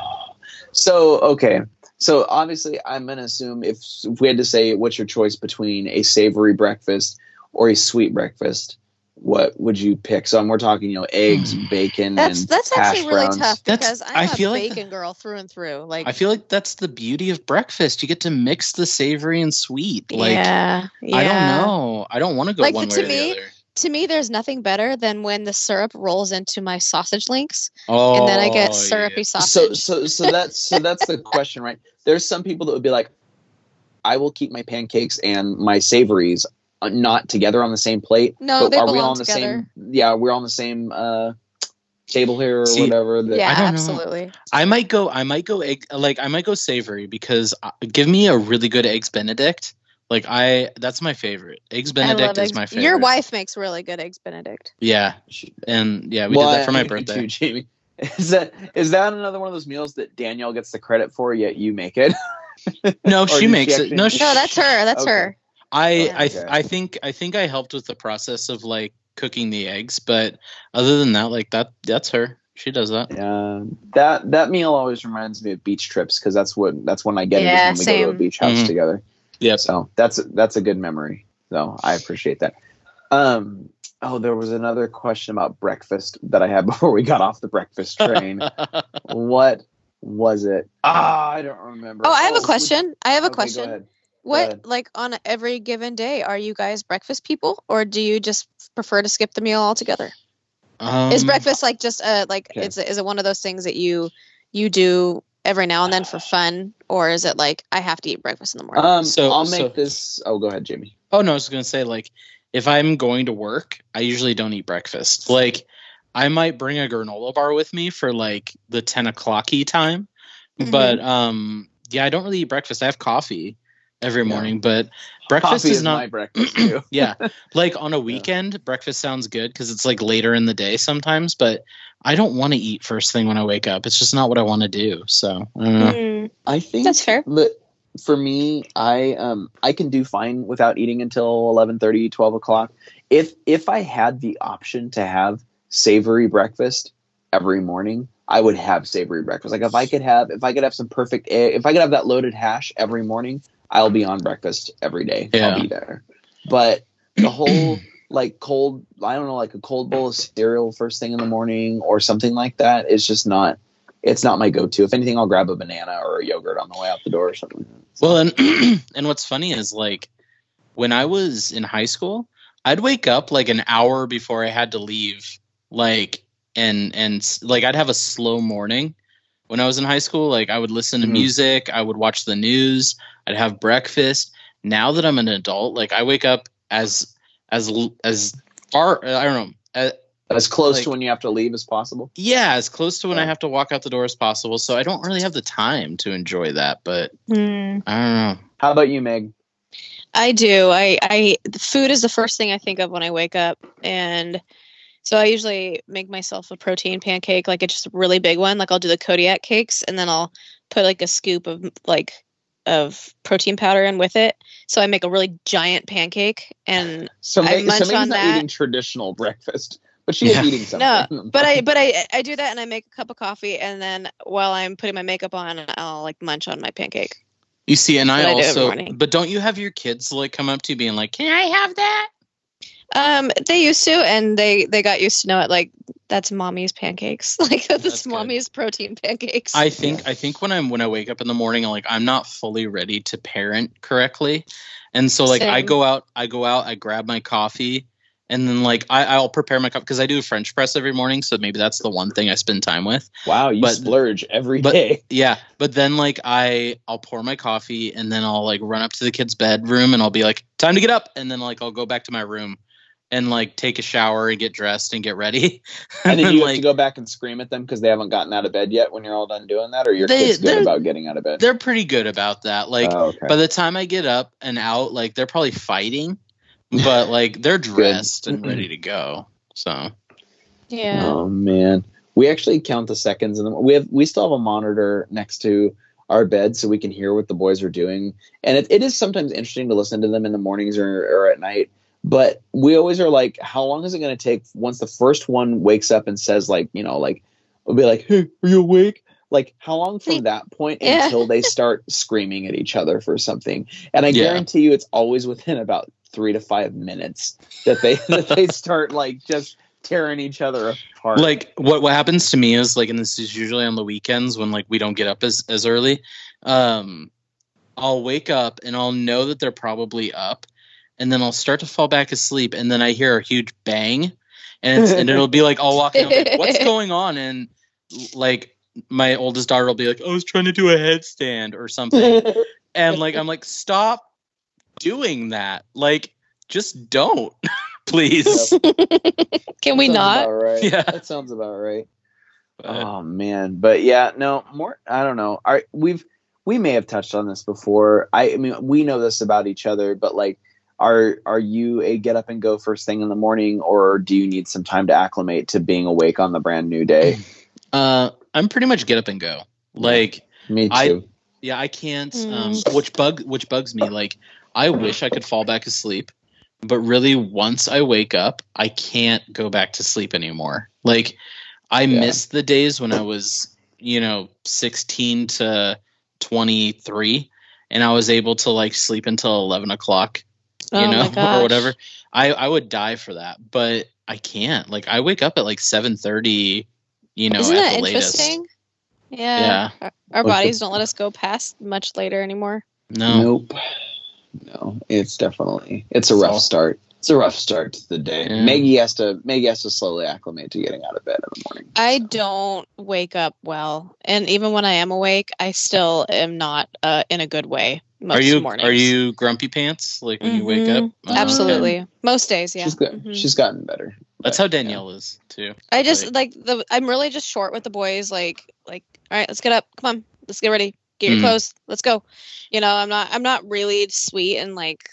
Speaker 2: Ah. So okay, so obviously I'm gonna assume if, if we had to say what's your choice between a savory breakfast or a sweet breakfast, what would you pick? So um, we're talking, you know, eggs,
Speaker 1: Hmm.
Speaker 2: bacon,
Speaker 6: That's
Speaker 2: and
Speaker 6: that's actually
Speaker 2: hash
Speaker 6: really
Speaker 2: browns.
Speaker 6: tough
Speaker 1: That's-
Speaker 6: because
Speaker 1: I
Speaker 6: I'm a
Speaker 1: feel like-
Speaker 6: bacon girl through and through. Like
Speaker 1: I feel like that's the beauty of breakfast. You get to mix the savory and sweet. Like,
Speaker 6: yeah, yeah.
Speaker 1: I don't know. I don't want to go
Speaker 6: Like,
Speaker 1: one way
Speaker 6: to
Speaker 1: or
Speaker 6: me,
Speaker 1: the other.
Speaker 6: To me, there's nothing better than when the syrup rolls into my sausage links,
Speaker 1: Oh,
Speaker 6: and then I
Speaker 1: yeah.
Speaker 6: get syrupy
Speaker 2: so
Speaker 6: sausage.
Speaker 2: so so that's so that's the question right there's some people that would be like i will keep my pancakes and my savories uh, not together on the same plate
Speaker 6: No, Oh, they
Speaker 2: all
Speaker 6: belong
Speaker 2: on the
Speaker 6: together.
Speaker 2: same yeah we're on the same uh table here or
Speaker 1: See,
Speaker 2: whatever that-
Speaker 6: yeah,
Speaker 1: I don't know.
Speaker 6: absolutely.
Speaker 1: I might go. I might go egg. Like I might go savory because uh, give me a really good eggs Benedict. Like I, that's my favorite. Eggs
Speaker 6: I
Speaker 1: Benedict
Speaker 6: love
Speaker 1: is
Speaker 6: eggs-
Speaker 1: my favorite.
Speaker 6: Your wife makes really good eggs Benedict.
Speaker 1: Yeah, and yeah, we
Speaker 2: Well,
Speaker 1: did that for
Speaker 2: I-
Speaker 1: my
Speaker 2: you
Speaker 1: birthday.
Speaker 2: too, Jamie. is that is that another one of those meals that danielle gets the credit for yet you make it
Speaker 1: No,
Speaker 2: Or
Speaker 1: Oh, she
Speaker 2: did she
Speaker 1: makes it.
Speaker 2: actually-
Speaker 1: No,
Speaker 2: No,
Speaker 1: she,
Speaker 6: No, that's her. That's
Speaker 2: Okay.
Speaker 6: her.
Speaker 1: I, I,
Speaker 2: Okay.
Speaker 1: I think, I think I helped with the process of like cooking the eggs, but other than that, like that, that's her. She does that.
Speaker 2: Yeah, that that meal always reminds me of beach trips because that's what that's when I get it
Speaker 6: Yeah,
Speaker 2: is when we go to
Speaker 6: same.
Speaker 2: a beach house
Speaker 1: Mhm.
Speaker 2: together.
Speaker 1: Yep.
Speaker 2: So that's that's a good memory. So I appreciate that. Um. Oh, there was another question about breakfast that I had before we got off the breakfast train. what was it? Ah, I don't remember.
Speaker 6: Oh, I have a
Speaker 2: we-
Speaker 6: question. I have a
Speaker 2: okay, go
Speaker 6: question.
Speaker 2: ahead. ahead.
Speaker 6: What, like, on every given day, are you guys breakfast people, or do you just prefer to skip the meal altogether?
Speaker 1: Um,
Speaker 6: is breakfast like just uh like
Speaker 2: Okay.
Speaker 6: it's is it one of those things that you you do every now and then for fun, or is it like I have to eat breakfast in the morning?
Speaker 2: Um,
Speaker 1: So-
Speaker 2: I'll
Speaker 1: so-
Speaker 2: make this. Oh, go ahead, Jimmy.
Speaker 1: Oh no, I was gonna say like if I'm going to work, I usually don't eat breakfast. Like I might bring a granola bar with me for like the ten o'clocky time,
Speaker 6: Mhm.
Speaker 1: but um, yeah, I don't really eat breakfast. I have coffee every
Speaker 2: Yeah.
Speaker 1: morning, but breakfast
Speaker 2: Coffee
Speaker 1: is,
Speaker 2: my
Speaker 1: not.
Speaker 2: breakfast too.
Speaker 1: yeah, like on a weekend, breakfast sounds good because it's like later in the day sometimes. But I don't want to eat first thing when I wake up. It's just not what I want to do. So I don't know.
Speaker 6: Mm,
Speaker 2: I think
Speaker 6: that's fair.
Speaker 2: But for me, I um I can do fine without eating until 11, 12 o'clock. If if I had the option to have savory breakfast every morning, I would have savory breakfast. Like if I could have if I could have some perfect egg, if I could have that loaded hash every morning, I'll be on breakfast every day.
Speaker 1: Yeah.
Speaker 2: I'll be there. But the whole like cold I don't know like a cold bowl of cereal first thing in the morning or something like that is just not it's not my go-to. If anything, I'll grab a banana or a yogurt on the way out the door or something.
Speaker 1: Well, and and what's funny is like when I was in high school, I'd wake up like an hour before I had to leave, like and and s- like I'd have a slow morning. When I was in high school, like I would listen to
Speaker 2: Mhm.
Speaker 1: music, I would watch the news, I'd have breakfast. Now that I'm an adult, like I wake up as as l- as far I don't know, as,
Speaker 2: As close
Speaker 1: Like-
Speaker 2: to when you have to leave as possible.
Speaker 1: yeah, as close to when I
Speaker 2: Yeah.
Speaker 1: have to walk out the door as possible. So I don't really have the time to enjoy that, but I don't know.
Speaker 2: How about you, Meg?
Speaker 6: I do. I I the food is the first thing I think of when I wake up, and so I usually make myself a protein pancake, like it's just a really big one. Like I'll do the Kodiak cakes, and then I'll put like a scoop of like of protein powder in with it. So I make a really giant pancake, and
Speaker 2: So,
Speaker 6: I
Speaker 2: Meg, so
Speaker 6: munch
Speaker 2: Meg's
Speaker 6: on
Speaker 2: not
Speaker 6: that.
Speaker 2: eating traditional breakfast, but she
Speaker 1: Yeah.
Speaker 2: is eating something. No,
Speaker 6: but I but I I do that and I make a cup of coffee and then while I'm putting my makeup on I'll like munch on my pancake.
Speaker 1: You see, and I,
Speaker 6: That's what I do every
Speaker 1: also,
Speaker 6: morning.
Speaker 1: but don't you have your kids like come up to you being like, "Can I have that?"
Speaker 6: Um they used to and they they got used to know it like that's mommy's pancakes. Like that's,
Speaker 1: That's good.
Speaker 6: mommy's protein pancakes.
Speaker 1: I think I think when I'm when I wake up in the morning, like I'm not fully ready to parent correctly, and so like I
Speaker 6: Same.
Speaker 1: go out, I go out, I grab my coffee, and then like I, I'll prepare my cup because I do a French press every morning, so maybe that's the one thing I spend time with.
Speaker 2: wow, you
Speaker 1: but-
Speaker 2: splurge every day.
Speaker 1: but- Yeah, but then like I I'll pour my coffee and then I'll like run up to the kid's bedroom and I'll be like, "Time to get up." And then like I'll go back to my room and like take a shower and get dressed and get ready.
Speaker 2: and then you have
Speaker 1: like
Speaker 2: to go back and scream at them because they haven't gotten out of bed yet when you're all done doing that, or your
Speaker 1: They-
Speaker 2: kids
Speaker 1: they're-
Speaker 2: good about getting out of bed.
Speaker 1: they're pretty good about that. Like
Speaker 2: Oh, okay.
Speaker 1: by the time I get up and out, like they're probably fighting, but like they're dressed and ready to go. So,
Speaker 6: yeah.
Speaker 2: Oh man, we actually count the seconds, and we have we still have a monitor next to our bed so we can hear what the boys are doing. And it, it is sometimes interesting to listen to them in the mornings or, or at night. But we always are like, how long is it going to take once the first one wakes up and says like, you know, like we'll be like, hey, are you awake? Like how long from that point
Speaker 6: Yeah.
Speaker 2: until they start screaming at each other for something? And I
Speaker 1: Yeah.
Speaker 2: guarantee you, it's always within about three to five minutes that they that they start like just tearing each other apart.
Speaker 1: like what what happens to me is like, and this is usually on the weekends when like we don't get up as as early. Um, I'll wake up and I'll know that they're probably up, and then I'll start to fall back asleep, and then I hear a huge bang, and it's, and it'll be like I'll walk in, I'm like, what's going on, and like my oldest daughter will be like, I was trying to do a headstand or something. and like i'm like stop doing that like just don't please
Speaker 2: Yep.
Speaker 6: Can we
Speaker 2: Sounds
Speaker 6: not?
Speaker 2: about right.
Speaker 1: Yeah.
Speaker 2: that sounds about right.
Speaker 1: Uh,
Speaker 2: Oh man, but yeah, no more. I don't know. Our, we've we may have touched on this before. I, I mean, we know this about each other, but like, are are you a get up and go first thing in the morning, or do you need some time to acclimate to being awake on the brand new day?
Speaker 1: uh i'm pretty much get up and go like
Speaker 2: Me too.
Speaker 1: I- yeah i can't um
Speaker 6: Mm.
Speaker 1: which bug which bugs me like i wish i could fall back asleep but really once i wake up i can't go back to sleep anymore like I
Speaker 2: Yeah.
Speaker 1: miss the days when I was, you know, 16 to 23 and I was able to like sleep until 11 o'clock, you
Speaker 6: Oh my
Speaker 1: know,
Speaker 6: gosh.
Speaker 1: or whatever. I, I would die for that, but I can't. Like I wake up at like 7:30, you know,
Speaker 6: Isn't
Speaker 1: at
Speaker 6: that
Speaker 1: the latest.
Speaker 6: interesting? Yeah.
Speaker 1: Yeah.
Speaker 6: Our, our
Speaker 2: Like the-
Speaker 6: bodies don't let us go past much later anymore.
Speaker 1: No.
Speaker 2: Nope. No, it's definitely it's a
Speaker 1: It's
Speaker 2: rough
Speaker 1: all-
Speaker 2: start. It's a rough start to the day.
Speaker 1: Yeah.
Speaker 2: Maggie has to Maggie has to slowly acclimate to getting out of bed in the morning.
Speaker 6: I don't wake up well, and even when I am awake, I still am not uh, in a good way most
Speaker 1: Are you
Speaker 6: mornings.
Speaker 1: are you grumpy pants like when you wake up?
Speaker 6: Mhm.
Speaker 1: Oh, okay.
Speaker 6: Absolutely, most days, yeah.
Speaker 2: She's good.
Speaker 6: Mhm.
Speaker 2: She's gotten better.
Speaker 1: That's how Danielle is too.
Speaker 6: I just
Speaker 1: Like-
Speaker 6: like the. I'm really just short with the boys. Like, like, all right, let's get up. Come on, let's get ready. Get
Speaker 2: Mm.
Speaker 6: your
Speaker 1: Mhm.
Speaker 6: clothes. Let's go. You know, I'm not. I'm not really sweet and like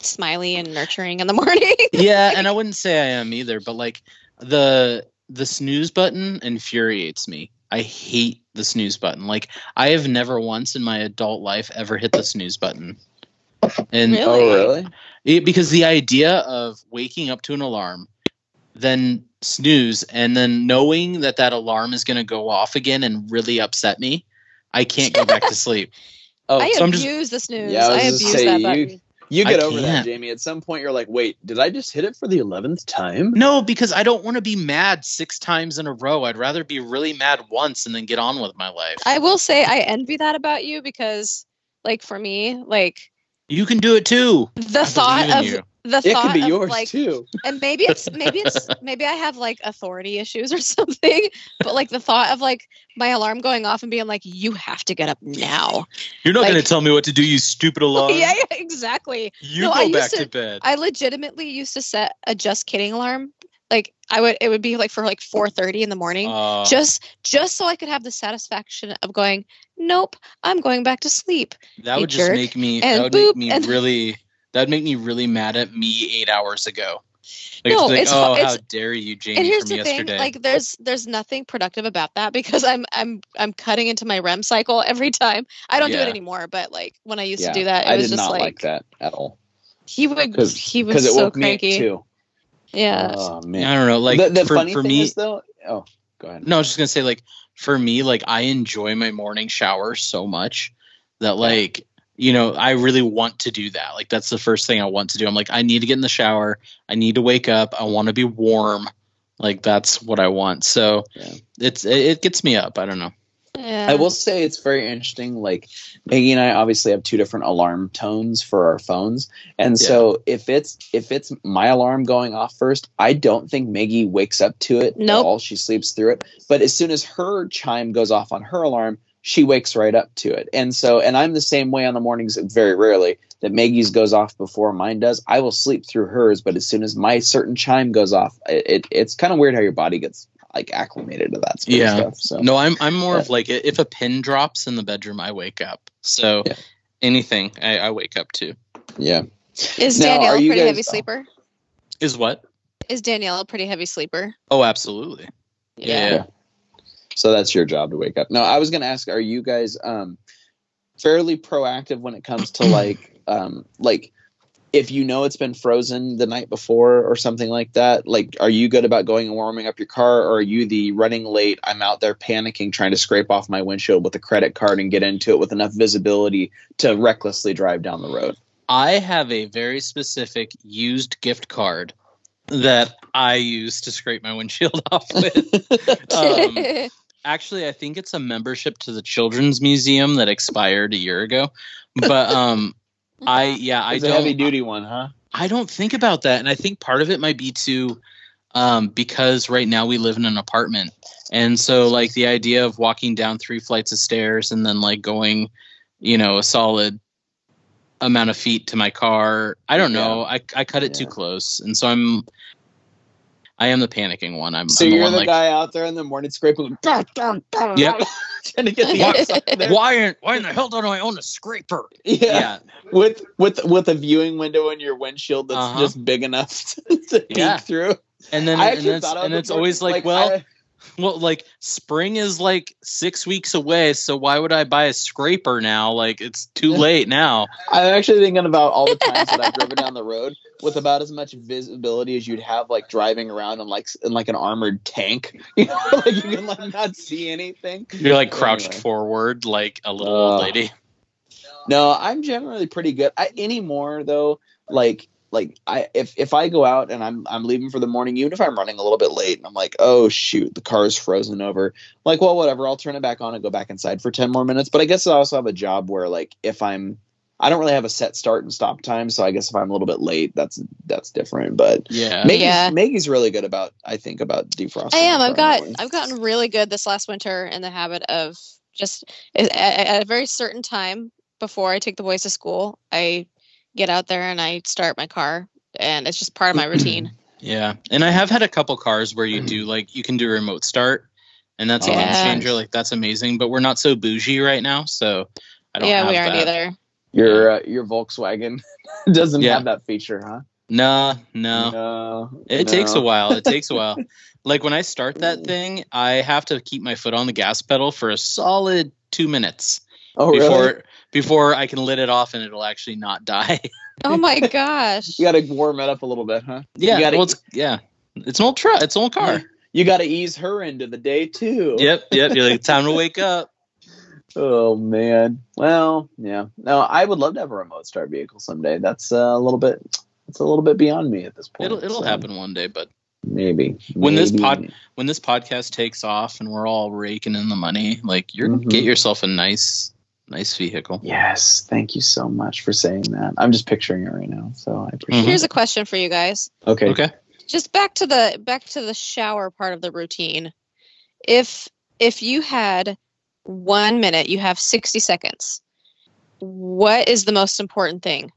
Speaker 6: smiley and nurturing in the morning.
Speaker 1: yeah, and I wouldn't say I am either, but like the the snooze button infuriates me. I hate the snooze button. Like I have never once in my adult life ever hit the snooze button. And
Speaker 6: Really?
Speaker 2: Oh really?
Speaker 1: it, because the idea of waking up to an alarm, then snooze and then knowing that that alarm is going to go off again and really upset me, I can't go back to sleep.
Speaker 2: Oh,
Speaker 6: I
Speaker 1: so I'm just-
Speaker 6: abuse this news.
Speaker 2: Yeah, I was
Speaker 6: I,
Speaker 2: just
Speaker 6: abuse
Speaker 2: saying,
Speaker 6: that
Speaker 2: you-
Speaker 6: button.
Speaker 2: you
Speaker 1: I
Speaker 2: get over that,
Speaker 1: can't.
Speaker 2: Jamie. At some point, you're like, wait, did I just hit it for the eleventh time?
Speaker 1: No, because I don't want to be mad 6 times in a row. I'd rather be really mad once and then get on with my life.
Speaker 6: I will say I envy that about you because, like, for me, like
Speaker 1: You can do it too.
Speaker 6: the
Speaker 1: I
Speaker 6: thought
Speaker 1: believe
Speaker 6: of
Speaker 1: in you.
Speaker 6: the
Speaker 2: It
Speaker 6: thought
Speaker 2: could be
Speaker 6: of
Speaker 2: yours
Speaker 6: like,
Speaker 2: too.
Speaker 6: and maybe it's maybe it's maybe I have like authority issues or something, but like the thought of like my alarm going off and being like, you have to get up now.
Speaker 1: You're not
Speaker 6: Like-
Speaker 1: going to tell me what to do, you stupid alarm.
Speaker 6: yeah, yeah, exactly.
Speaker 1: You
Speaker 6: No, I
Speaker 1: go
Speaker 6: used
Speaker 1: back
Speaker 6: to-
Speaker 1: to, bed.
Speaker 6: I legitimately used to set a just kidding alarm. Like I would, it would be like for like four thirty in the morning.
Speaker 1: Uh,
Speaker 6: just just so I could have the satisfaction of going, nope, I'm going back to sleep.
Speaker 1: that
Speaker 6: you
Speaker 1: would just
Speaker 6: jerk.
Speaker 1: make me. That
Speaker 6: And
Speaker 1: would
Speaker 6: boop,
Speaker 1: make me
Speaker 6: and-
Speaker 1: really. That would make me really mad at me eight hours ago. Like,
Speaker 6: No,
Speaker 1: like,
Speaker 6: it's fu-
Speaker 1: oh, how
Speaker 6: it's-
Speaker 1: dare you, Jamie,
Speaker 6: and here's
Speaker 1: from
Speaker 6: the
Speaker 1: yesterday?
Speaker 6: thing, like there's there's nothing productive about that because I'm I'm I'm cutting into my REM cycle every time. I don't do
Speaker 1: Yeah.
Speaker 6: it anymore, but like when I used
Speaker 2: Yeah,
Speaker 6: to do that, it
Speaker 2: I
Speaker 6: was
Speaker 2: did
Speaker 6: just
Speaker 2: not like,
Speaker 6: like,
Speaker 2: that at all
Speaker 6: he would
Speaker 2: because
Speaker 6: he
Speaker 2: it
Speaker 6: was so
Speaker 2: woke me up
Speaker 6: cranky.
Speaker 2: too.
Speaker 6: Yeah.
Speaker 2: Oh man.
Speaker 1: I don't know. Like
Speaker 2: the the
Speaker 1: for,
Speaker 2: funny
Speaker 1: for
Speaker 2: thing
Speaker 1: me,
Speaker 2: is though. Oh, go ahead.
Speaker 1: no, I was just gonna say like for me, like I enjoy my morning shower so much that like you know I really want to do that. Like that's the first thing I want to do. I'm like I need to get in the shower. I need to wake up. I want to be warm. Like that's what I want. So
Speaker 2: Yeah.
Speaker 1: it's it, it gets me up. I don't know.
Speaker 6: yeah.
Speaker 2: I will say it's very interesting. Like Maggie and I obviously have two different alarm tones for our phones, and so if it's if it's my alarm going off first, I don't think Maggie wakes up to it at
Speaker 6: Nope.
Speaker 2: all. She sleeps through it, but as soon as her chime goes off on her alarm, she wakes right up to it. And so, and I'm the same way on the mornings. Very rarely that Maggie's goes off before mine does. I will sleep through hers, but as soon as my certain chime goes off, it, it it's kind of weird how your body gets like acclimated to that sort
Speaker 1: Yeah.
Speaker 2: of stuff. So
Speaker 1: No, I'm I'm more of like if a pin drops in the bedroom, I wake up. So
Speaker 2: Yeah.
Speaker 1: anything I, I wake up to
Speaker 2: yeah.
Speaker 6: Is
Speaker 2: Now,
Speaker 6: Danielle
Speaker 2: are
Speaker 6: a
Speaker 2: you
Speaker 6: pretty
Speaker 2: guys-
Speaker 6: heavy sleeper?
Speaker 1: is what?
Speaker 6: Is Danielle a pretty heavy sleeper?
Speaker 1: Oh, absolutely. Yeah.
Speaker 2: Yeah. So that's your job to wake up. No, I was going to ask, are you guys um, fairly proactive when it comes to like, um, like if you know it's been frozen the night before or something like that, like, are you good about going and warming up your car or are you the running late? I'm out there panicking, trying to scrape off my windshield with a credit card and get into it with enough visibility to recklessly drive down the road.
Speaker 1: I have a very specific used gift card that I use to scrape my windshield off with. um, actually, I think it's a membership to the Children's Museum that expired a year ago. But um, I yeah, I
Speaker 2: It's a
Speaker 1: don't.
Speaker 2: heavy duty one, huh?
Speaker 1: I don't think about that, and I think part of it might be too, um, because right now we live in an apartment, and so like the idea of walking down three flights of stairs and then like going, you know, a solid amount of feet to my car. I don't know. I I cut it too
Speaker 2: Yeah.
Speaker 1: close, and so I'm. I am the panicking one. I'm,
Speaker 2: So
Speaker 1: I'm the
Speaker 2: you're
Speaker 1: one
Speaker 2: the
Speaker 1: like,
Speaker 2: guy out there in the morning scraping, trying
Speaker 1: Yep.
Speaker 2: to get the
Speaker 1: What?
Speaker 2: outside there.
Speaker 1: why aren't why in the hell don't I own a scraper? yeah.
Speaker 2: with with with a viewing window in your windshield that's
Speaker 1: Uh-huh.
Speaker 2: just big enough to, to peek
Speaker 1: Yeah.
Speaker 2: through.
Speaker 1: And then,
Speaker 2: I
Speaker 1: and,
Speaker 2: actually
Speaker 1: it's,
Speaker 2: thought of
Speaker 1: and
Speaker 2: the
Speaker 1: it's
Speaker 2: George-
Speaker 1: always like, well,
Speaker 2: I-
Speaker 1: Well, like spring is like six weeks away, so why would I buy a scraper now? Like it's too late now.
Speaker 2: I'm actually thinking about all the times that I've driven down the road with about as much visibility as you'd have like driving around in like s- in like an armored tank. You know, like you can like not see anything.
Speaker 1: You're like crouched
Speaker 2: Anyway.
Speaker 1: forward like a little
Speaker 2: Uh,
Speaker 1: old lady.
Speaker 2: No, I'm generally pretty good. I, anymore though, like like I if if I go out and I'm I'm leaving for the morning, even if I'm running a little bit late, and I'm like, oh shoot, the car's frozen over. Like, well, whatever. I'll turn it back on and go back inside for ten more minutes. But I guess I also have a job where like if I'm I don't really have a set start and stop time, so I guess if I'm a little bit late, that's that's different. But
Speaker 1: Yeah.
Speaker 2: Maggie's,
Speaker 6: Yeah.
Speaker 2: Maggie's really good about I think about defrosting.
Speaker 6: I am.
Speaker 2: the car
Speaker 6: I've got.
Speaker 2: in the morning.
Speaker 6: I've gotten really good this last winter in the habit of just at, at a very certain time before I take the boys to school. I get out there and I start my car, and it's just part of my routine.
Speaker 1: Yeah. And I have had a couple cars where you do like you can do remote start and that's a game
Speaker 6: Mm-hmm. Yeah.
Speaker 1: changer. Like that's amazing. But we're not so bougie right now, so I don't
Speaker 6: yeah,
Speaker 1: have
Speaker 6: we aren't
Speaker 1: that.
Speaker 6: either.
Speaker 2: your uh, your Volkswagen doesn't
Speaker 1: Yeah.
Speaker 2: have that feature, huh?
Speaker 1: Nah, no.
Speaker 2: no
Speaker 1: It takes a
Speaker 2: no.
Speaker 1: while. It takes a while. Like when I start that thing, I have to keep my foot on the gas pedal for a solid two minutes
Speaker 2: Oh, really?
Speaker 1: before before I can let it off and it'll actually not die.
Speaker 6: Oh my gosh.
Speaker 2: You got to warm it up a little bit, huh?
Speaker 1: yeah,
Speaker 2: You gotta-
Speaker 1: well, it's, yeah. It's an old truck. It's an old car.
Speaker 2: You got to ease her into the day too.
Speaker 1: yep, yep. You're like time to wake up.
Speaker 2: Oh man. Well, yeah. No, I would love to have a remote start vehicle someday. That's uh, a little bit. It's a little bit beyond me at this point.
Speaker 1: It'll it'll
Speaker 2: so
Speaker 1: happen one day, but
Speaker 2: Maybe.
Speaker 1: When this
Speaker 2: Maybe.
Speaker 1: pod- when this podcast takes off and we're all raking in the money, like you're
Speaker 2: Mhm.
Speaker 1: get yourself a nice nice vehicle.
Speaker 2: Yes. Thank you so much for saying that. I'm just picturing it right now, so I appreciate.
Speaker 1: Mhm.
Speaker 6: Here's a question for you guys.
Speaker 2: It. Okay.
Speaker 1: Okay.
Speaker 6: Just back to the back to the shower part of the routine. If if you had one minute, you have sixty seconds. What is the most important thing?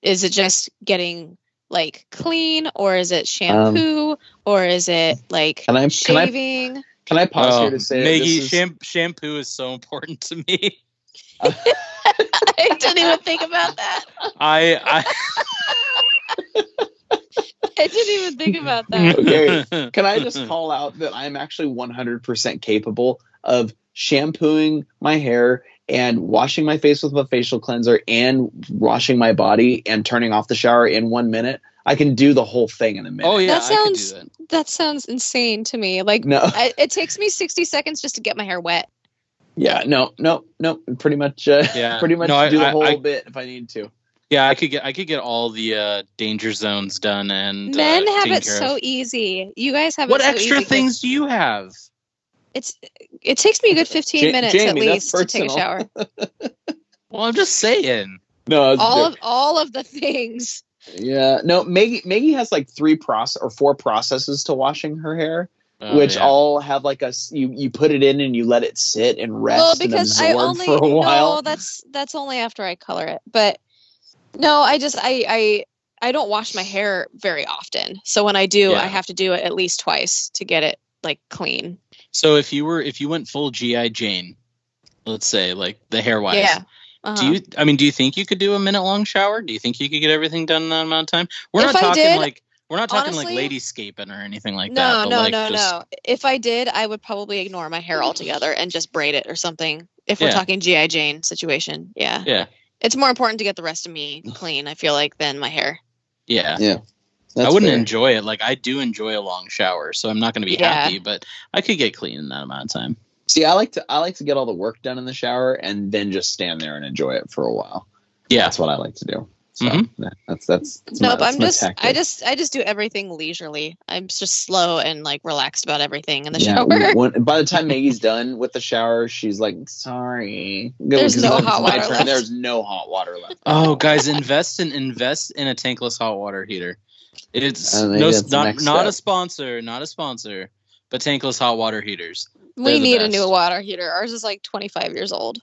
Speaker 6: Is it just getting like clean, or is it shampoo, or is it like
Speaker 2: Um, Can I- can I-
Speaker 6: shaving?
Speaker 2: Can I pause
Speaker 1: Oh,
Speaker 2: here to say that
Speaker 1: Maggie,
Speaker 2: this is-
Speaker 1: sham- shampoo is so important to me.
Speaker 6: I, didn't even think about that.
Speaker 1: I I
Speaker 6: I didn't even think about that.
Speaker 1: Oh,
Speaker 2: Okay. Can I just call out that I'm actually 100% capable of shampooing my hair and washing my face with a facial cleanser and washing my body and turning off the shower in one minute? I can do the whole thing in a minute.
Speaker 1: Oh yeah,
Speaker 6: That sounds-
Speaker 1: I could do that.
Speaker 6: That sounds insane to me. Like
Speaker 2: No,
Speaker 6: I, it takes me 60 seconds just to get my hair wet.
Speaker 2: yeah, no, no, no. Pretty much, uh,
Speaker 1: Yeah.
Speaker 2: pretty much
Speaker 1: No, I-
Speaker 2: do the
Speaker 1: I-
Speaker 2: whole
Speaker 1: I-
Speaker 2: bit if I need to.
Speaker 1: Yeah, I could get I could get all the uh, danger zones done and
Speaker 6: Men
Speaker 1: uh,
Speaker 6: have
Speaker 1: taken
Speaker 6: it
Speaker 1: care of.
Speaker 6: so easy. You guys have
Speaker 1: What
Speaker 6: it so
Speaker 1: extra
Speaker 6: easy.
Speaker 1: things do you have?
Speaker 6: It's it takes me a good 15
Speaker 2: Ja-
Speaker 6: minutes
Speaker 2: Jamie,
Speaker 6: at
Speaker 2: that's
Speaker 6: least to take a
Speaker 2: personal.
Speaker 6: shower.
Speaker 1: Well, I'm just saying.
Speaker 2: No, it's
Speaker 6: all
Speaker 2: different.
Speaker 6: of all of the things.
Speaker 2: yeah, no. Maggie, Maggie has like three process or four processes to washing her hair.
Speaker 1: Oh,
Speaker 2: which
Speaker 1: yeah.
Speaker 2: all have like a s- you you put it in and you let it sit and rest
Speaker 6: well, because
Speaker 2: and
Speaker 6: I
Speaker 2: absorb
Speaker 6: only
Speaker 2: for a while.
Speaker 6: no, that's that's only after I color it. But no, I just I I I don't wash my hair very often. So when I do,
Speaker 1: Yeah.
Speaker 6: I have to do it at least twice to get it like clean.
Speaker 1: So if you were if you went full GI Jane, let's say like the hair wise.
Speaker 6: Yeah. Uh-huh.
Speaker 1: Do you? I mean, do you think you could do a minute long shower? Do you think you could get everything done in that amount of time? We're
Speaker 6: If
Speaker 1: not
Speaker 6: I
Speaker 1: talking
Speaker 6: did,
Speaker 1: like we're not talking
Speaker 6: honestly-
Speaker 1: like ladyscaping or anything like
Speaker 6: no,
Speaker 1: that. but,
Speaker 6: no,
Speaker 1: like,
Speaker 6: no,
Speaker 1: just-
Speaker 6: no. If I did, I would probably ignore my hair altogether and just braid it or something. If we're
Speaker 1: Yeah.
Speaker 6: talking GI Jane situation, yeah,
Speaker 1: Yeah,
Speaker 6: it's more important to get the rest of me clean. I feel like than my hair.
Speaker 1: yeah.
Speaker 2: That's
Speaker 1: I wouldn't
Speaker 2: fair.
Speaker 1: enjoy it. Like I do enjoy a long shower, so I'm not going to be
Speaker 6: Yeah.
Speaker 1: happy. But I could get clean in that amount of time.
Speaker 2: See, I like to I like to get all the work done in the shower and then just stand there and enjoy it for a while.
Speaker 1: Yeah,
Speaker 2: That's what I like to do. So
Speaker 1: Mhm.
Speaker 2: that- that's that's, that's my-
Speaker 6: Nope,
Speaker 2: that's
Speaker 6: I'm
Speaker 2: my
Speaker 6: just,
Speaker 2: tactic.
Speaker 6: I just, I just do everything leisurely. I'm just slow and like relaxed about everything in the
Speaker 2: Yeah,
Speaker 6: shower.
Speaker 2: when- by the time Maggie's done with the shower, she's like, "Sorry,
Speaker 6: There's
Speaker 2: Because
Speaker 6: no
Speaker 2: it's
Speaker 6: hot
Speaker 2: my
Speaker 6: water left.
Speaker 2: There's no hot water left.
Speaker 1: Oh, guys, invest in invest in a tankless hot water heater. It's
Speaker 2: I think
Speaker 1: no,
Speaker 2: that's the
Speaker 1: not
Speaker 2: next
Speaker 1: not
Speaker 2: step.
Speaker 1: a sponsor, not a sponsor, but tankless hot water heaters.
Speaker 6: we
Speaker 1: they're the
Speaker 6: need a
Speaker 1: best.
Speaker 6: new water heater. Ours is like 25 years old.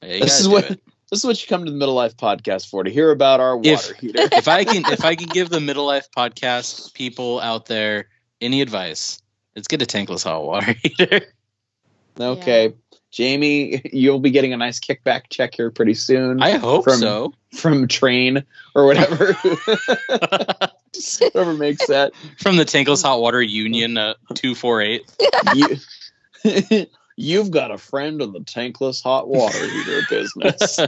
Speaker 1: Yeah, you
Speaker 2: This
Speaker 1: gotta
Speaker 2: is
Speaker 1: do
Speaker 2: what-
Speaker 1: it.
Speaker 2: This is what you come to the middle life podcast for to hear about our water
Speaker 1: If-
Speaker 2: heater.
Speaker 1: if I can if I can give the middle life podcast people out there any advice, it's get a tankless hot water heater.
Speaker 2: Okay, Jamie, you'll be getting a nice kickback check here pretty soon
Speaker 1: I hope
Speaker 2: From-
Speaker 1: so.
Speaker 2: from Train or whatever. whatever makes that.
Speaker 1: From the Tankless Hot Water Union uh, 248.
Speaker 2: You, you've got a friend on the tankless hot water heater business.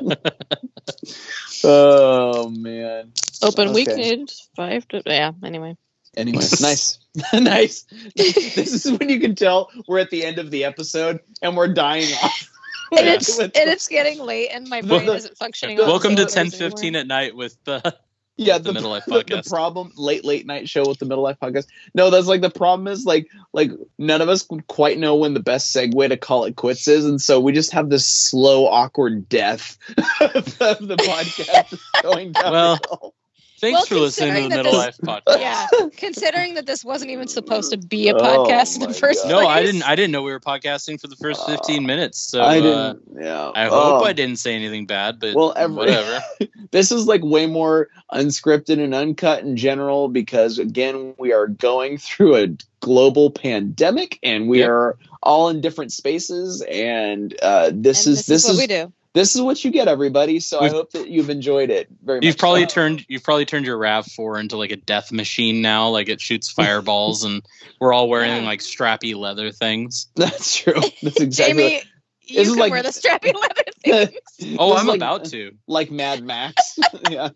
Speaker 2: oh, man.
Speaker 6: Open
Speaker 2: Okay.
Speaker 6: weekend five. To, yeah. Anyway.
Speaker 2: Anyway, nice. nice. This is when you can tell we're at the end of the episode and we're dying off.
Speaker 6: And it's
Speaker 2: With-
Speaker 6: and it's getting late, and my
Speaker 1: Well,
Speaker 6: brain
Speaker 1: the-
Speaker 6: isn't functioning. all
Speaker 1: Welcome to
Speaker 6: the way
Speaker 1: 1015 at night with the,
Speaker 2: yeah,
Speaker 1: the Middle Life
Speaker 2: the,
Speaker 1: Podcast.
Speaker 2: the problem late late night show with the middle life podcast no that's like the problem is like like none of us would quite know when the best segue to call it quits is and so we just have this slow awkward death of the podcast going down
Speaker 1: Well,
Speaker 2: the hill.
Speaker 1: Thanks
Speaker 6: Well,
Speaker 1: for listening to the
Speaker 6: considering
Speaker 1: Middle
Speaker 6: that
Speaker 1: Life Podcast.
Speaker 6: Yeah, considering that this wasn't even supposed to be a
Speaker 2: Oh,
Speaker 6: podcast in
Speaker 2: my
Speaker 6: the first
Speaker 2: God.
Speaker 1: No, I
Speaker 6: place.
Speaker 1: didn't. I didn't know we were podcasting for the first
Speaker 2: Uh,
Speaker 1: 15 minutes. So
Speaker 2: i
Speaker 1: Uh,
Speaker 2: didn't yeah
Speaker 1: I hope
Speaker 2: Oh.
Speaker 1: I didn't say anything bad, but
Speaker 2: well every,
Speaker 1: whatever.
Speaker 2: this is like way more unscripted and uncut in general because again we are going through a global pandemic and we
Speaker 1: Yep.
Speaker 2: are all in different spaces and uh, this
Speaker 6: And
Speaker 2: is this
Speaker 6: what
Speaker 2: is
Speaker 6: we do.
Speaker 2: this is what you get, everybody. So I
Speaker 1: We've-
Speaker 2: hope that you've enjoyed it very much.
Speaker 1: You've probably
Speaker 2: so.
Speaker 1: turned you've probably turned your Rav Four into like a death machine now. Like it shoots fireballs, and we're all wearing
Speaker 6: Yeah.
Speaker 1: like strappy leather things.
Speaker 2: That's true. That's exactly.
Speaker 6: Jamie, you
Speaker 2: This is
Speaker 6: can
Speaker 2: like-
Speaker 6: wear the strappy leather
Speaker 2: Yeah.
Speaker 6: thing.
Speaker 1: Oh,
Speaker 2: This is
Speaker 1: I'm
Speaker 2: like,
Speaker 1: about to.
Speaker 2: Like Mad Max. yeah.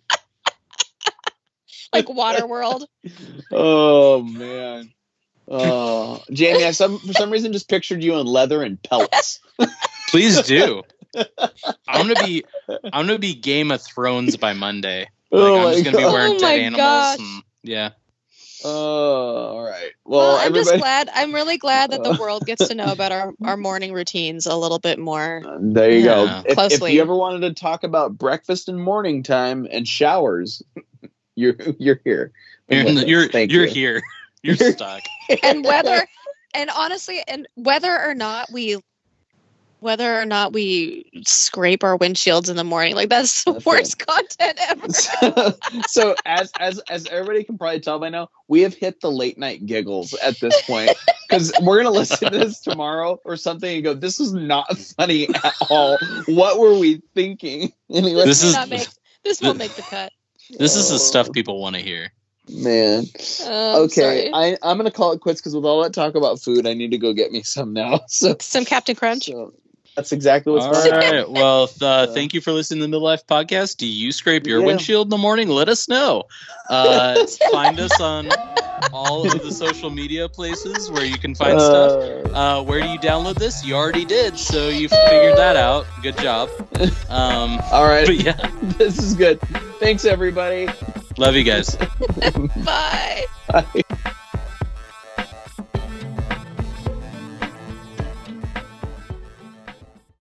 Speaker 6: like Waterworld.
Speaker 2: Oh man. Oh, Jamie, I some for some reason just pictured you in leather and pelts.
Speaker 1: Please do. I'm gonna be I'm gonna be Game of Thrones by Monday. Like,
Speaker 2: oh
Speaker 1: I'm just
Speaker 2: my
Speaker 1: gonna be
Speaker 2: God.
Speaker 1: wearing
Speaker 6: Oh my
Speaker 1: dead
Speaker 6: gosh.
Speaker 1: animals. And, yeah.
Speaker 2: Oh, all right. Well,
Speaker 6: Well, I'm just
Speaker 2: everybody.
Speaker 6: glad. I'm really glad that the
Speaker 2: Uh.
Speaker 6: world gets to know about our, our morning routines a little bit more.
Speaker 2: There
Speaker 1: Yeah.
Speaker 2: you go. If- If,
Speaker 6: Closely.
Speaker 2: you ever wanted to talk about breakfast and morning time and showers, you're you're here.
Speaker 1: You're in the, you're
Speaker 2: Thank
Speaker 1: you're
Speaker 2: you.
Speaker 1: here. You're stuck.
Speaker 6: And whether, and honestly, and whether or not we, whether or not we scrape our windshields in the morning, like that's the
Speaker 2: That's
Speaker 6: worst content ever.
Speaker 2: so, so as as as everybody can probably tell by now, we have hit the late night giggles at this point because we're gonna listen to this tomorrow or something and go, "This is not funny at all. What were we thinking?" Anyway,
Speaker 1: This
Speaker 6: May
Speaker 1: is
Speaker 6: not make- this will make the cut.
Speaker 1: this is the
Speaker 2: Oh,
Speaker 1: stuff people want to hear.
Speaker 2: man.
Speaker 6: Um,
Speaker 2: Okay,
Speaker 6: sorry.
Speaker 2: I, I'm gonna call it quits because with all that talk about food, I need to go get me some now. So,
Speaker 6: Some Captain Crunch.
Speaker 2: so that's exactly what's
Speaker 1: All
Speaker 2: going on.
Speaker 1: right. Well, th- uh, thank you for listening to the Midlife Podcast. Do you scrape your
Speaker 2: Yeah.
Speaker 1: windshield in the morning? Let us know. Uh, find us on all of the social media places where you can find stuff.
Speaker 2: Uh,
Speaker 1: Uh, where do you download this? You already did, so you figured that out. Good job. Um,
Speaker 2: Uh, all
Speaker 1: but
Speaker 2: right,
Speaker 1: yeah,
Speaker 2: this is good. Thanks, everybody.
Speaker 1: love you guys.
Speaker 6: Bye.
Speaker 2: Bye.